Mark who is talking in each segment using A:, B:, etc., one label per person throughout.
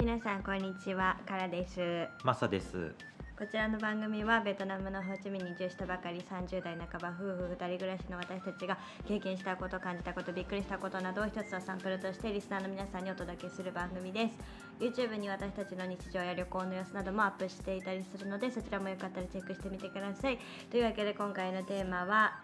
A: 皆さんこんにちはカラです
B: マサです。
A: こちらの番組はベトナムのホーチミンに移住したばかり30代半ば夫婦2人暮らしの私たちが経験したこと感じたことびっくりしたことなどを一つのサンプルとしてリスナーの皆さんにお届けする番組です YouTube に私たちの日常や旅行の様子などもアップしていたりするのでそちらもよかったらチェックしてみてくださいというわけで今回のテーマは、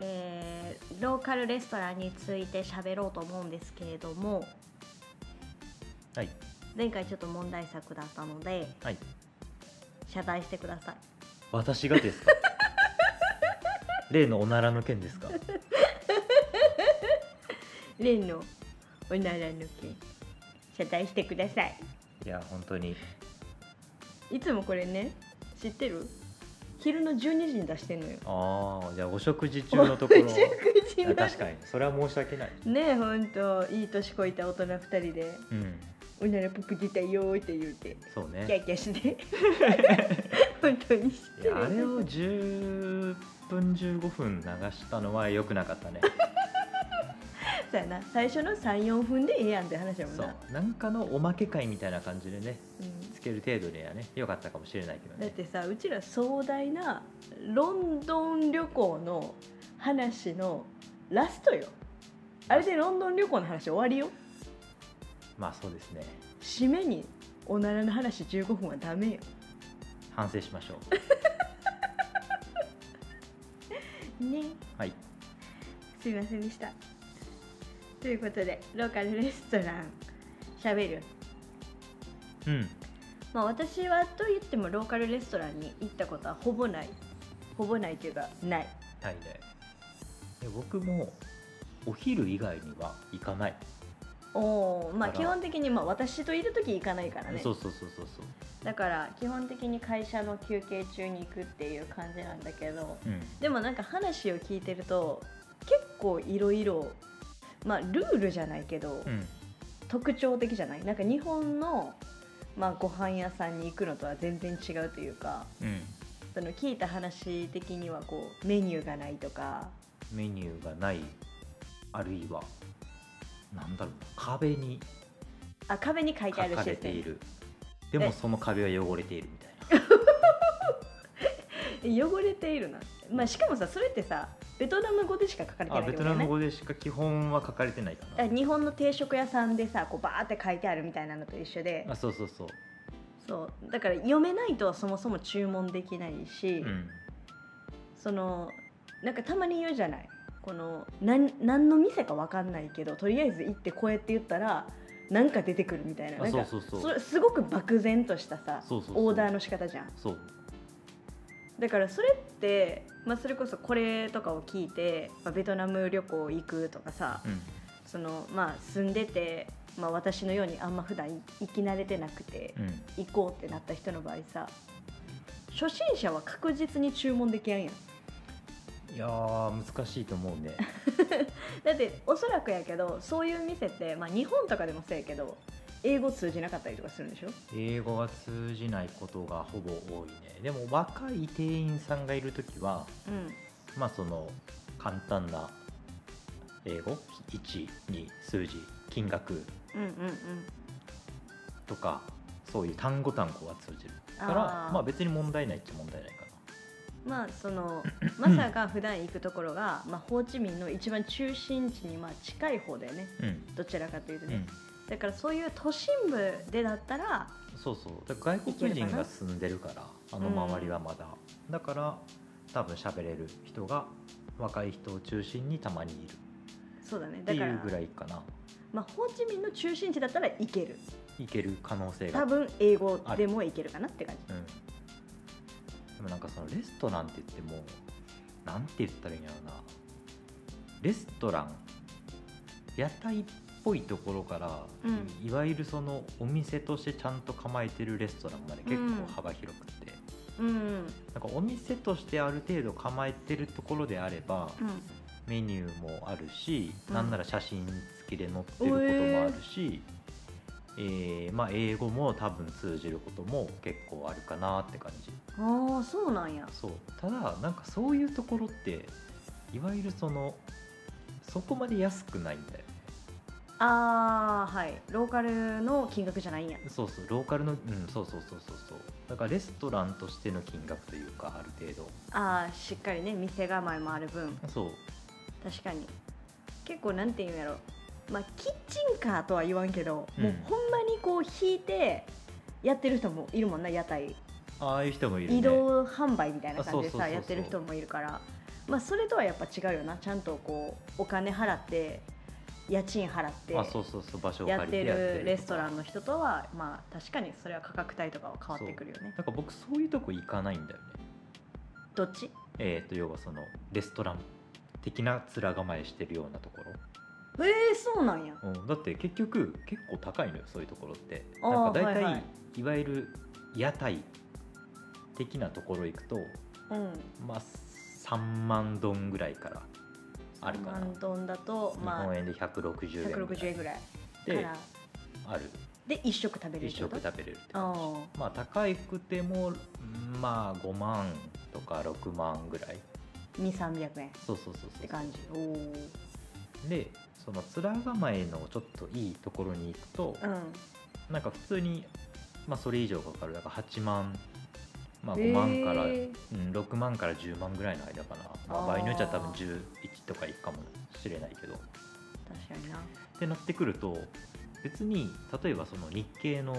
A: えーローカルレストランについて喋ろうと思うんですけれども
B: はい。
A: 前回ちょっと問題作だったので
B: はい。
A: 謝罪してください
B: 私がですか。 例のおならの件ですか。
A: 例のおならの件謝罪してください
B: いや、本当に。
A: いつもこれね知ってる昼の12時に出してんのよ
B: ああ、じゃあ、お食事中のところ。
A: お食
B: い
A: 事
B: や
A: の
B: 確かに、それは申し訳ない。
A: ねえほんといい年こいた大人2人で
B: うん。
A: おならぷぷ出たよーって言うて
B: そうね。
A: キャーキャーして 本当に知っ
B: い
A: て
B: やあれ
A: る
B: を10分15分流したのは良くなかったね
A: そうやな最初の34分でええやんって話やもん
B: そ
A: な、
B: うなんかのおまけ会みたいな感じでね
A: うん
B: つける程度にはね良かったかもしれないけど
A: だっ
B: ね
A: てさうちら壮大なロンドン旅行の話のラストよあれでロンドン旅行の話終わりよ
B: まあそうですね
A: 締めにおならの話15分はダメよ
B: 反省しましょう
A: ね
B: はい
A: すいませんでしたということでローカルレストランしゃべる、
B: うん
A: まあ、私はと言ってもローカルレストランに行ったことはほぼないほぼないというかない
B: はいねで僕もお昼以外には行かない、
A: おおまあ
B: あら
A: 基本的にまあ私といる時行かないからね
B: そうそうそうそうそ
A: だから基本的に会社の休憩中に行くっていう感じなんだけど
B: う、うん、
A: でもなんか話を聞いてると結構いろいろまあルールじゃないけど、
B: うん
A: 特徴的じゃないなんか日本の、まあ、ご飯屋さんに行くのとは全然違うというか
B: うん
A: その聞いた話的にはこうメニューがないとか
B: メニューがないあるいはなんだろう壁に
A: あ壁に書いてある
B: 書かれ
A: シス
B: て
A: テ
B: い
A: ム
B: るで
A: え
B: もその壁は汚れているみたいな
A: え汚れているな、まあ、しかもさそれってさベトナム語でしか書かれてな
B: あ
A: いって
B: ベ
A: こと
B: ト
A: だ
B: ナ
A: よね
B: ム語でしか基本は書かれてないか
A: だから日本の定食屋さんでさこうバーって書いてあるみたいなのと一緒で
B: なあそうそうそう
A: そうだから読めないとそもそも注文できないし、
B: うん
A: そのなんかたまに言うじゃないこのなん何の店かわかんないけどとりあえず行ってこうやって言ったらなんか出てくるみたいな
B: あ
A: なん
B: そう
A: か
B: そうそう
A: それすごく漠然としたさ
B: そうそうそう
A: オーダーの仕方じゃん
B: そう
A: だからそれって、まあ、それこそこれとかを聞いて、まあ、ベトナム旅行行くとかさ、
B: うん
A: そのまあ住んでて、まあ、私のようにあんま普段生き慣れてなくて
B: うん
A: 行こうってなった人の場合さ初心者は確実に注文できやんやん
B: いやー難しいと思うね
A: だっておそらくやけどそういう店って、まあ、日本とかでもそうやけど英語通じなかったりとかするんでしょ
B: 英語が通じないことがほぼ多いねでも若い店員さんがいる時は
A: うん
B: まあその簡単な英語1、2数字金額
A: うんうんうん
B: とかそういう単語単語は通じるだから
A: あー
B: まあ別に問題ないっちゃ問題ないか
A: まあそ のマサが普段行くところが、まあ、ホーチミンの一番中心地にまあ近い方だよね
B: なうん、
A: どちらかというと
B: う
A: ね、
B: ん、
A: だからそういう都心部でだったら
B: そうそうだから外国人が住んでるからあの周りはまだ、だから多分喋れる人が若い人を中心にたまにいる
A: そうだね
B: って
A: だか
B: い
A: ら
B: うぐらいかな
A: まあ、ホーチミンの中心地だったら行ける
B: いける可能性が
A: 多分英語でも行けるかなって感じ
B: うん、でもなんかそのレストランって言ってもなんて言ったらいいんやろうなレストラン屋台っぽいところから、
A: う
B: いわゆるそのお店としてちゃんと構えてるレストランまで結
A: うん
B: 構幅広くて、
A: うんうん
B: なんかお店としてある程度構えてるところであれば、メニューもあるし、
A: うん
B: なんなら写真付きで載ってることもあるし、えーまあ、英語も多分通じることも結構あるかなって感じ
A: うんああそうなんや
B: そうただなんかそういうところっていわゆるそのそこまで安くないんだよね
A: ああはいローカルの金額じゃないんや
B: そうそうローカルのうんそうそうそうそうそうだからレストランとしての金額というかある程度
A: ああしっかりね店構えもある分
B: そう
A: 確かに結構なんていうんやろまあキッチンカーとは言わんけど、
B: うん
A: もうほんまにこう引いてやってる人もいるもんな屋台、
B: ああいう人もいるね
A: 移動販売みたいな感じで
B: あそうそうそう
A: さ
B: そう
A: やってる人もいるからまあそれとはやっぱ違うよなちゃんとこうお金払って家賃払って
B: あそうそうそう場所を
A: や
B: 借
A: っ
B: り
A: て
B: て
A: るレストラン
B: の
A: の人とはまあ確かにそれは価格帯とかは変わってくるよね
B: なんか僕そういうとこ行かないんだよね
A: どっち
B: えー、と要はそのレストラン的な面構えしてるようなとこ
A: えー、そうなんや
B: ろ、うん、だって結局結構高いのよそういうところって
A: あー
B: なんか大体、
A: はい
B: い
A: はい
B: わゆる屋台的なところ行くと
A: うん
B: まあ3万ドンぐらいからあるかな
A: マンドンだと
B: 日
A: ま
B: 本
A: あ
B: 円で160円ぐら
A: 160円
B: い
A: ぐらいか
B: で
A: ら
B: ある
A: で一食食べれる
B: 一
A: ってこ
B: 食
A: と
B: 食べれるって
A: あ
B: 感じまあ高くてもまあ5万とか6万ぐらい
A: あ2300円っ
B: そうそうそうそう
A: て感じおおうん
B: でその面構えのちょっといいところに行くと、なんか普通に、まあ、それ以上かかるだから8万、まあ、5万から、
A: えー
B: うん、6万から10万ぐらいの間かな、ま
A: あ
B: あ、
A: ー
B: 場合によっちゃ多分11とかいくかもしれないけどっ
A: 確かにな
B: てなってくると別に例えばその日系の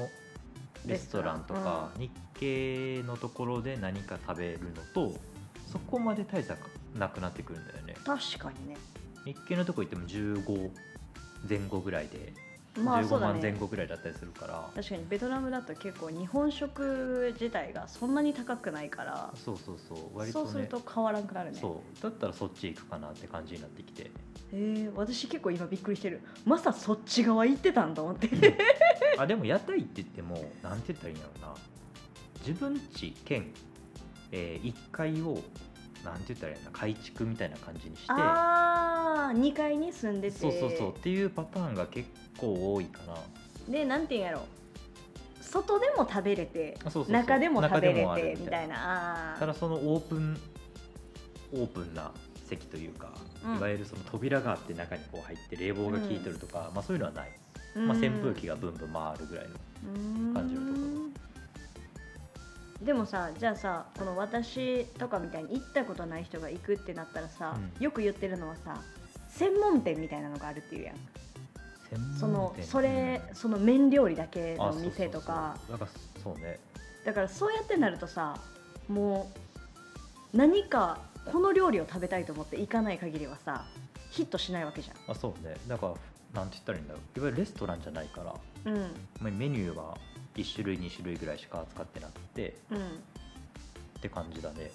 B: レストランとか、日系のところで何か食べるのとそこまで大差がなくなってくるんだよね
A: 確かにね
B: 日系のとこ行っても15前後ぐらいで、
A: まあそ
B: 15
A: うだ
B: 万前
A: ね
B: 後ぐらいだったりするから
A: 確かにベトナムだと結構日本食自体がそんなに高くないから
B: そうそうそう割と
A: そ
B: ね
A: うすると変わらんくなるね
B: そうだったらそっち行くかなって感じになってきて
A: えー、私結構今びっくりしてるまさそっち側行ってたんだ 思って
B: あでも屋台って言ってもなんて言ったらいいんだろうな自分家兼、え1階をなんて言ったらいいのかな改築みたいな感じにして
A: ああ2階に住んでて
B: そうそうそうっていうパターンが結構多いかな
A: でなんていうんやろ外でも食べれて
B: あそうそうそう
A: 中でも食べれ
B: 中でもある
A: て
B: みたい
A: み
B: な
A: たいなあー
B: ただそのオープンオープンな席というか、
A: うん
B: いわゆるその扉があって中にこう入って冷房が効いてるとか、まあ、そういうのはない、まあ、扇風機がブンブン回るぐらいの感じるとこ
A: ろでもさじゃあさこの私とかみたいに行ったことない人が行くってなったらさ、
B: うん
A: よく言ってるのはさ専門店みたいなのがあるっていうやんそ
B: 専門
A: の
B: 店
A: それ
B: うん
A: その麺料理だけ
B: あ
A: の店とか
B: そうそうそうだからそうね
A: だからそうやってなるとさもう何かこの料理を食べたいと思って行かない限りはさヒットしないわけじ
B: あそうねだからなんて言ったらいいんだろういわゆるレストランじゃないから
A: ゃんうん
B: まあメニューは1種類2種類ぐらいしか扱ってなくて
A: うん
B: って感じだね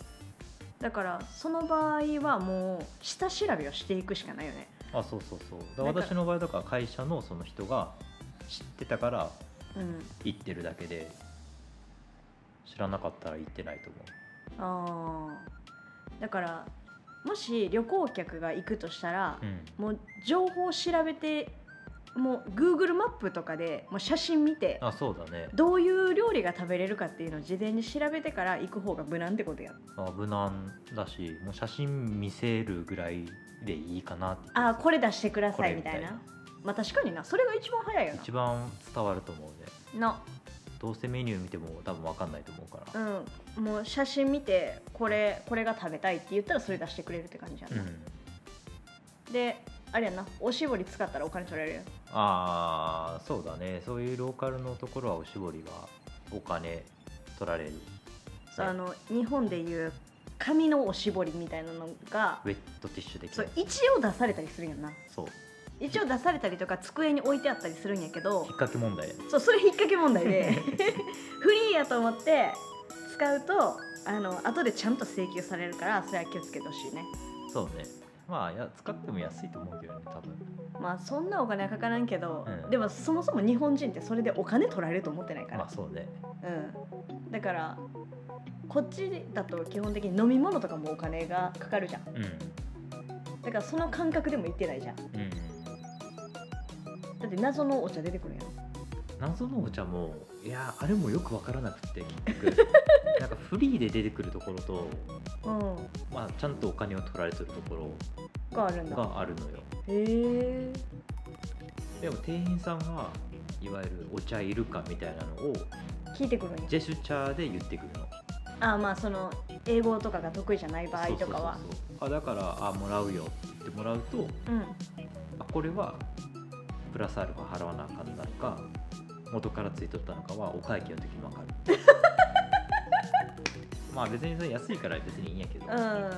A: だからその場合はもう下調べをしていくしかないよね
B: あそうそうそうだ
A: な
B: か
A: んから
B: 私の場合だから会社のその人が知ってたから
A: うん
B: 行ってるだけで知らなかったら行ってないと思
A: あーだからもし旅行客が行くとしたら
B: う、、うん、
A: もう情報を調べてもう Google マップとかでもう写真見て
B: あそうだね
A: どういう料理が食べれるかっていうのを事前に調べてから行く方が無難ってことや
B: あ無難だしもう写真見せるぐらいでいいかなって
A: あーこれ出してくだ
B: こ
A: さ
B: れ
A: いみたいなまあ確かになそれが一番早いよ
B: 一番伝わると思うね
A: な
B: どうせメニュー見ても多分分かんないと思うから
A: の、うん、もう写真見てこれこれが食べたいって言ったらそれ出してくれるって感じや
B: うん、
A: な、であれやなおしぼり使ったらお金取られるよ
B: ああそうだねそういうローカルのところはおしぼりはお金取られる
A: そうあの日本でいう紙のおしぼりみたいなのが
B: ウェットティッシュでき
A: そ
B: な
A: う
B: い
A: 一応出されたりするんやんな
B: そう
A: 一応出されたりとか机に置いてあったりするんやけど
B: 引っ掛け問題
A: そうそれ引っ掛け問題 でフリーやと思って使うとあの後でちゃんと請求されるからそれは気をつけてほしいね
B: そうねまあや使っても安いと思うけどね多分
A: まあそんなお金はかからんけど、
B: うん
A: でもそもそも日本人ってそれでお金取られると思ってないから、
B: まあそうね
A: うん、だからこっちだと基本的に飲み物とかもお金がかかるじゃん
B: うん
A: だからその感覚でも行ってないじゃんだ
B: うん
A: って謎のお茶出てくるやん
B: 謎のお茶もいやあれもよく分からなくて結 局なんかフリーで出てくるところと、
A: うん
B: まあ、ちゃんとお金を取られてるとこ
A: があるんだ
B: ろがあるのよ
A: へえ
B: でも店員さんがいわゆるお茶いるかみたいなのを
A: 聞いてくるんや
B: ジェスチャーで言ってくるの
A: あまあその英語とかが得意じゃない場合とかは
B: そうそうそうそうあだからあもらうよって言ってもらうとあこれはプラスアルファ払わなあかんなのか元からついとったのかはお会計の時に分か るまあ別にそれ安いから別にいいんやけど、
A: うんうん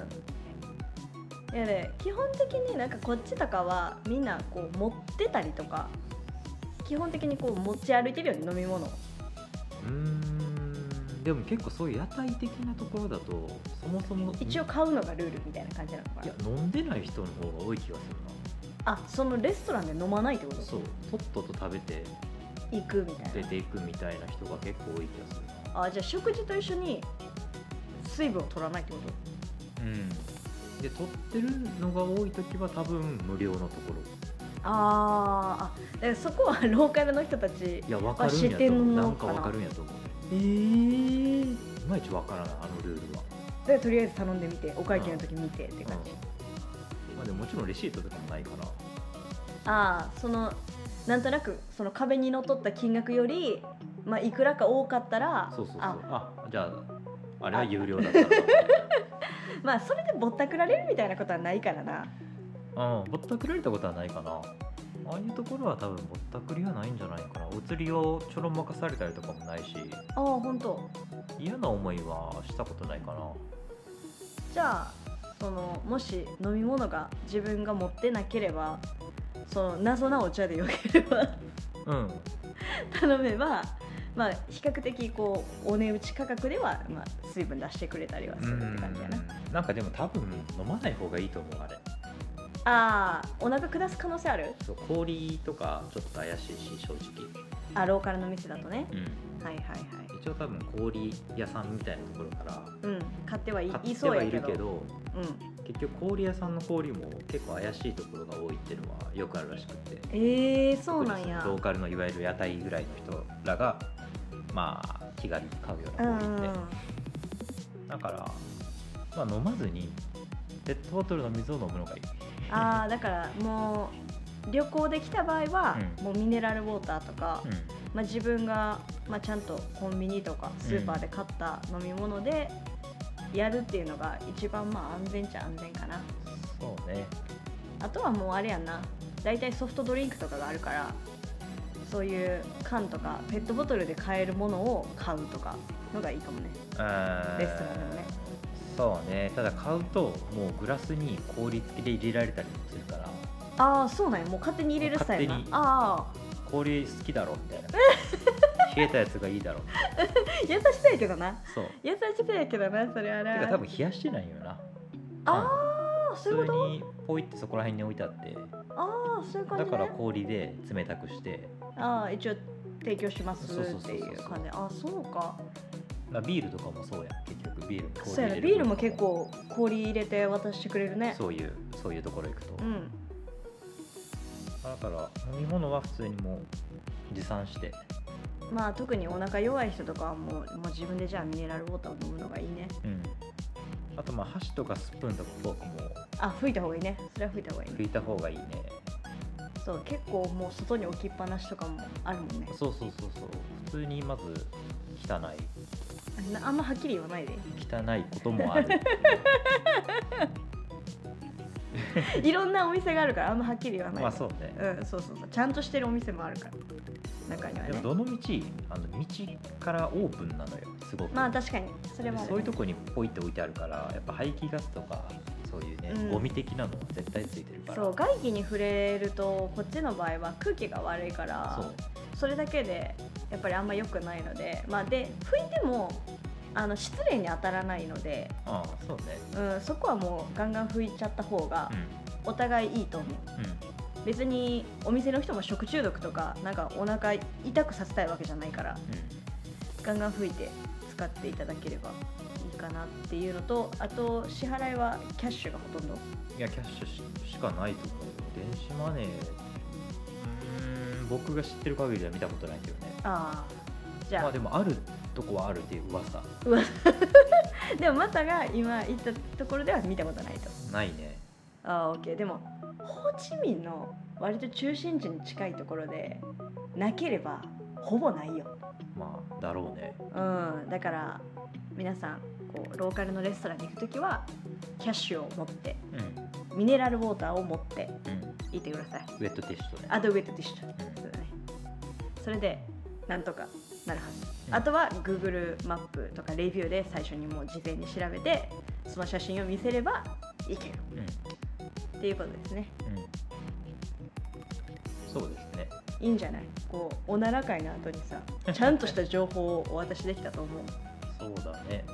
A: いやね基本的になんかこっちとかはみんなこう持ってたりとか基本的にこう持ち歩いてるよね飲み物を
B: うーんでも結構そういう屋台的なところだとそもそも
A: 一応買うのがルールみたいな感じなのか
B: いや
A: な
B: 飲んでない人の方が多い気がする
A: あそのレストランで飲まないってこ
B: な
A: と
B: そうとっとと食べて
A: 行くみた
B: 出
A: い
B: ていくみたいな人が結構多い気がするな
A: なあじゃあ食事と一緒に水分を取らないってこと
B: うんで取ってるのが多い時は多分無料のところ
A: あーあだからそこはローカルの人たち
B: いや分かるん
A: あ知
B: や
A: っ
B: と
A: て
B: 思うんな
A: の
B: ん
A: か
B: か
A: な
B: 分かるんやと思う
A: ええ
B: いまいち分からないあのルールは、
A: でとりあえず頼んでみてお会計の時見てって
B: うん
A: 感じ、
B: まあ、でももちろんレシートとかもないから
A: ああそのなんとなくその壁にのっとった金額より、まあ、いくらか多かったら
B: そうそうそう
A: あ
B: あじゃああれは有料だったなみたい
A: まあそれでぼったくられるみたいなことはないからな
B: なうんぼったくられたことはないかなああいうところは多分ぼったくりはないんじゃないかなお釣りをちょろまかされたりとかもないし
A: ああ本当
B: 嫌な思いはしたことないかな
A: じゃあそのもし飲み物が自分が持ってなければその謎なお茶でよければ
B: うん
A: 頼めば、まあ、比較的こうお値打ち価格では、まあ、水分出してくれたりはするって感じやな
B: うんなんかでも多分飲まない方がいいと思うあれ
A: ああお腹下す可能性ある
B: そう氷とかちょっと怪しいし正直、
A: あローカルの店だとね
B: うん、
A: はいはいはい
B: 一応多分氷屋さんみたいなところから
A: うん買ってはい
B: 買
A: い
B: っ
A: そ
B: て
A: う
B: は
A: や
B: い
A: け
B: る
A: ど
B: けど
A: うん、
B: 結局氷屋さんの氷も結構怪しいところが多いっていうのはよくあるらしくて
A: えー、そうなん
B: 特に
A: や
B: そのローカルのいわゆる屋台ぐらいの人らがまあ気軽に買うよう
A: う
B: なん
A: う
B: 氷っ
A: んう
B: て、
A: ん
B: だから、まあ、飲まずにペットボトルの水を飲むのがいい
A: あーだからもう旅行で来た場合は、
B: うん
A: もうミネラルウォーターとか、
B: うん
A: まあ、自分が、まあ、ちゃんとコンビニとかスーパーで買った飲み物でやるっていうのが一番まあ安全っちゃ安全かな
B: そうね
A: あとはもうあれやんな大体ソフトドリンクとかがあるからそういう缶とかペットボトルで買えるものを買うとかのがいいかもね
B: うん
A: レストランでもね
B: そうねただ買うともうグラスに氷付きで入れられたりもするから
A: ああそうなんやもう勝手に入れるスタイルな
B: 勝手に
A: あ
B: 氷好きだろみた いな冷えたやつがいいだろ
A: あ優しさやけどな
B: そう
A: 優しさやけどなそれあ
B: て
A: れ
B: か多分冷やしてないよな
A: ああ
B: うん
A: そういうこ
B: 普通
A: と
B: にポイってそこら辺に置いてあって
A: ああそういう感じ
B: だ
A: ね
B: から氷で冷たくして
A: ああ一応提供します
B: そうそうそう
A: っ
B: そ
A: て
B: う
A: いう感じあそうか
B: まあビールとかもそうやん結局ビールも氷
A: そうやな
B: 入れる
A: ビールも結構氷入れて渡してくれるね
B: そういうそういうところ行くと、
A: ん
B: だから飲み物は普通にもう持参して
A: まあ特にお腹弱い人とかはもうもう自分でじゃあミネラルウォーターを飲むのがいいね
B: うんあとまあ箸とかスプーンとかフォークも
A: あ吹いた方がいいねそれは吹いた方がいい
B: 拭
A: ね
B: いた方がいいね
A: そう結構もう外に置きっぱなしとかもあるもんね
B: そうそうそうそう普通にまず汚い
A: なあんまはっきり言わないで
B: 汚いこともある
A: いろんなお店があるからあんまはっきり言わない
B: まあそうね
A: うん、そうそうそうちゃんとしてるお店もあるから中には
B: で
A: ね
B: もどの道あの道からオープンなのよすごく、
A: まあ確かにそれもある
B: そういうとこにポイって置いてあるからやっぱ排気ガスとかそういうね、
A: うん
B: ゴミ的なのは絶対ついてるから
A: そう外気に触れるとこっちの場合は空気が悪いから
B: そう
A: それだけでやっぱりあんま良くないので、まあ、で拭いてもあの失礼に当たらないので、
B: ああそうね
A: うん、そこはもうガンガン拭いちゃった方がお互いいいと思う
B: うん、うん、
A: 別にお店の人も食中毒とかなんかお腹痛くさせたいわけじゃないからガンガン拭いて使っていただければいいかなっていうのとあと支払いはキャッシュがほとんど
B: うん、いやキャッシュししかないと思うよ電子マネーうーん僕が知ってる限りでは見たことないけどね
A: ああじゃあ、
B: まあでもあるとこはあるっていう噂
A: でもまたが今行ったところでは見たことないと
B: ないね
A: ああ OK でもホーチミンの割と中心地に近いところでなければほぼないよ、
B: まあだろうね
A: うん、だから皆さんこうローカルのレストランに行く時はキャッシュを持って
B: うん、
A: ミネラルウォーターを持って
B: うん、
A: 行ってください
B: ウェットティッシュとね
A: あとウェットティッシュ
B: うん
A: そうだねそれでなんとかなるはず、
B: うん
A: あとは Google マップとかレビューで最初にもう事前に調べてその写真を見せればいける
B: うん
A: っていうことですね
B: うんそうですね
A: いいんじゃないこうおなら会の後にさちゃんとした情報をお渡しできたと思う
B: そうだね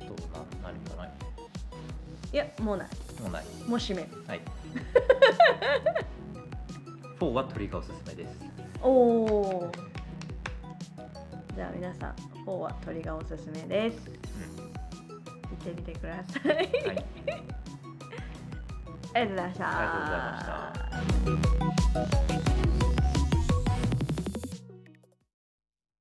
B: どうな何かない
A: いやもうない
B: もうない
A: もう閉める
B: はい 4は鳥がおすすめです
A: おおじゃあ皆さん4は鳥がおすすめです行ってみてください
B: はい
A: ありがとうございました
B: ありがとうございました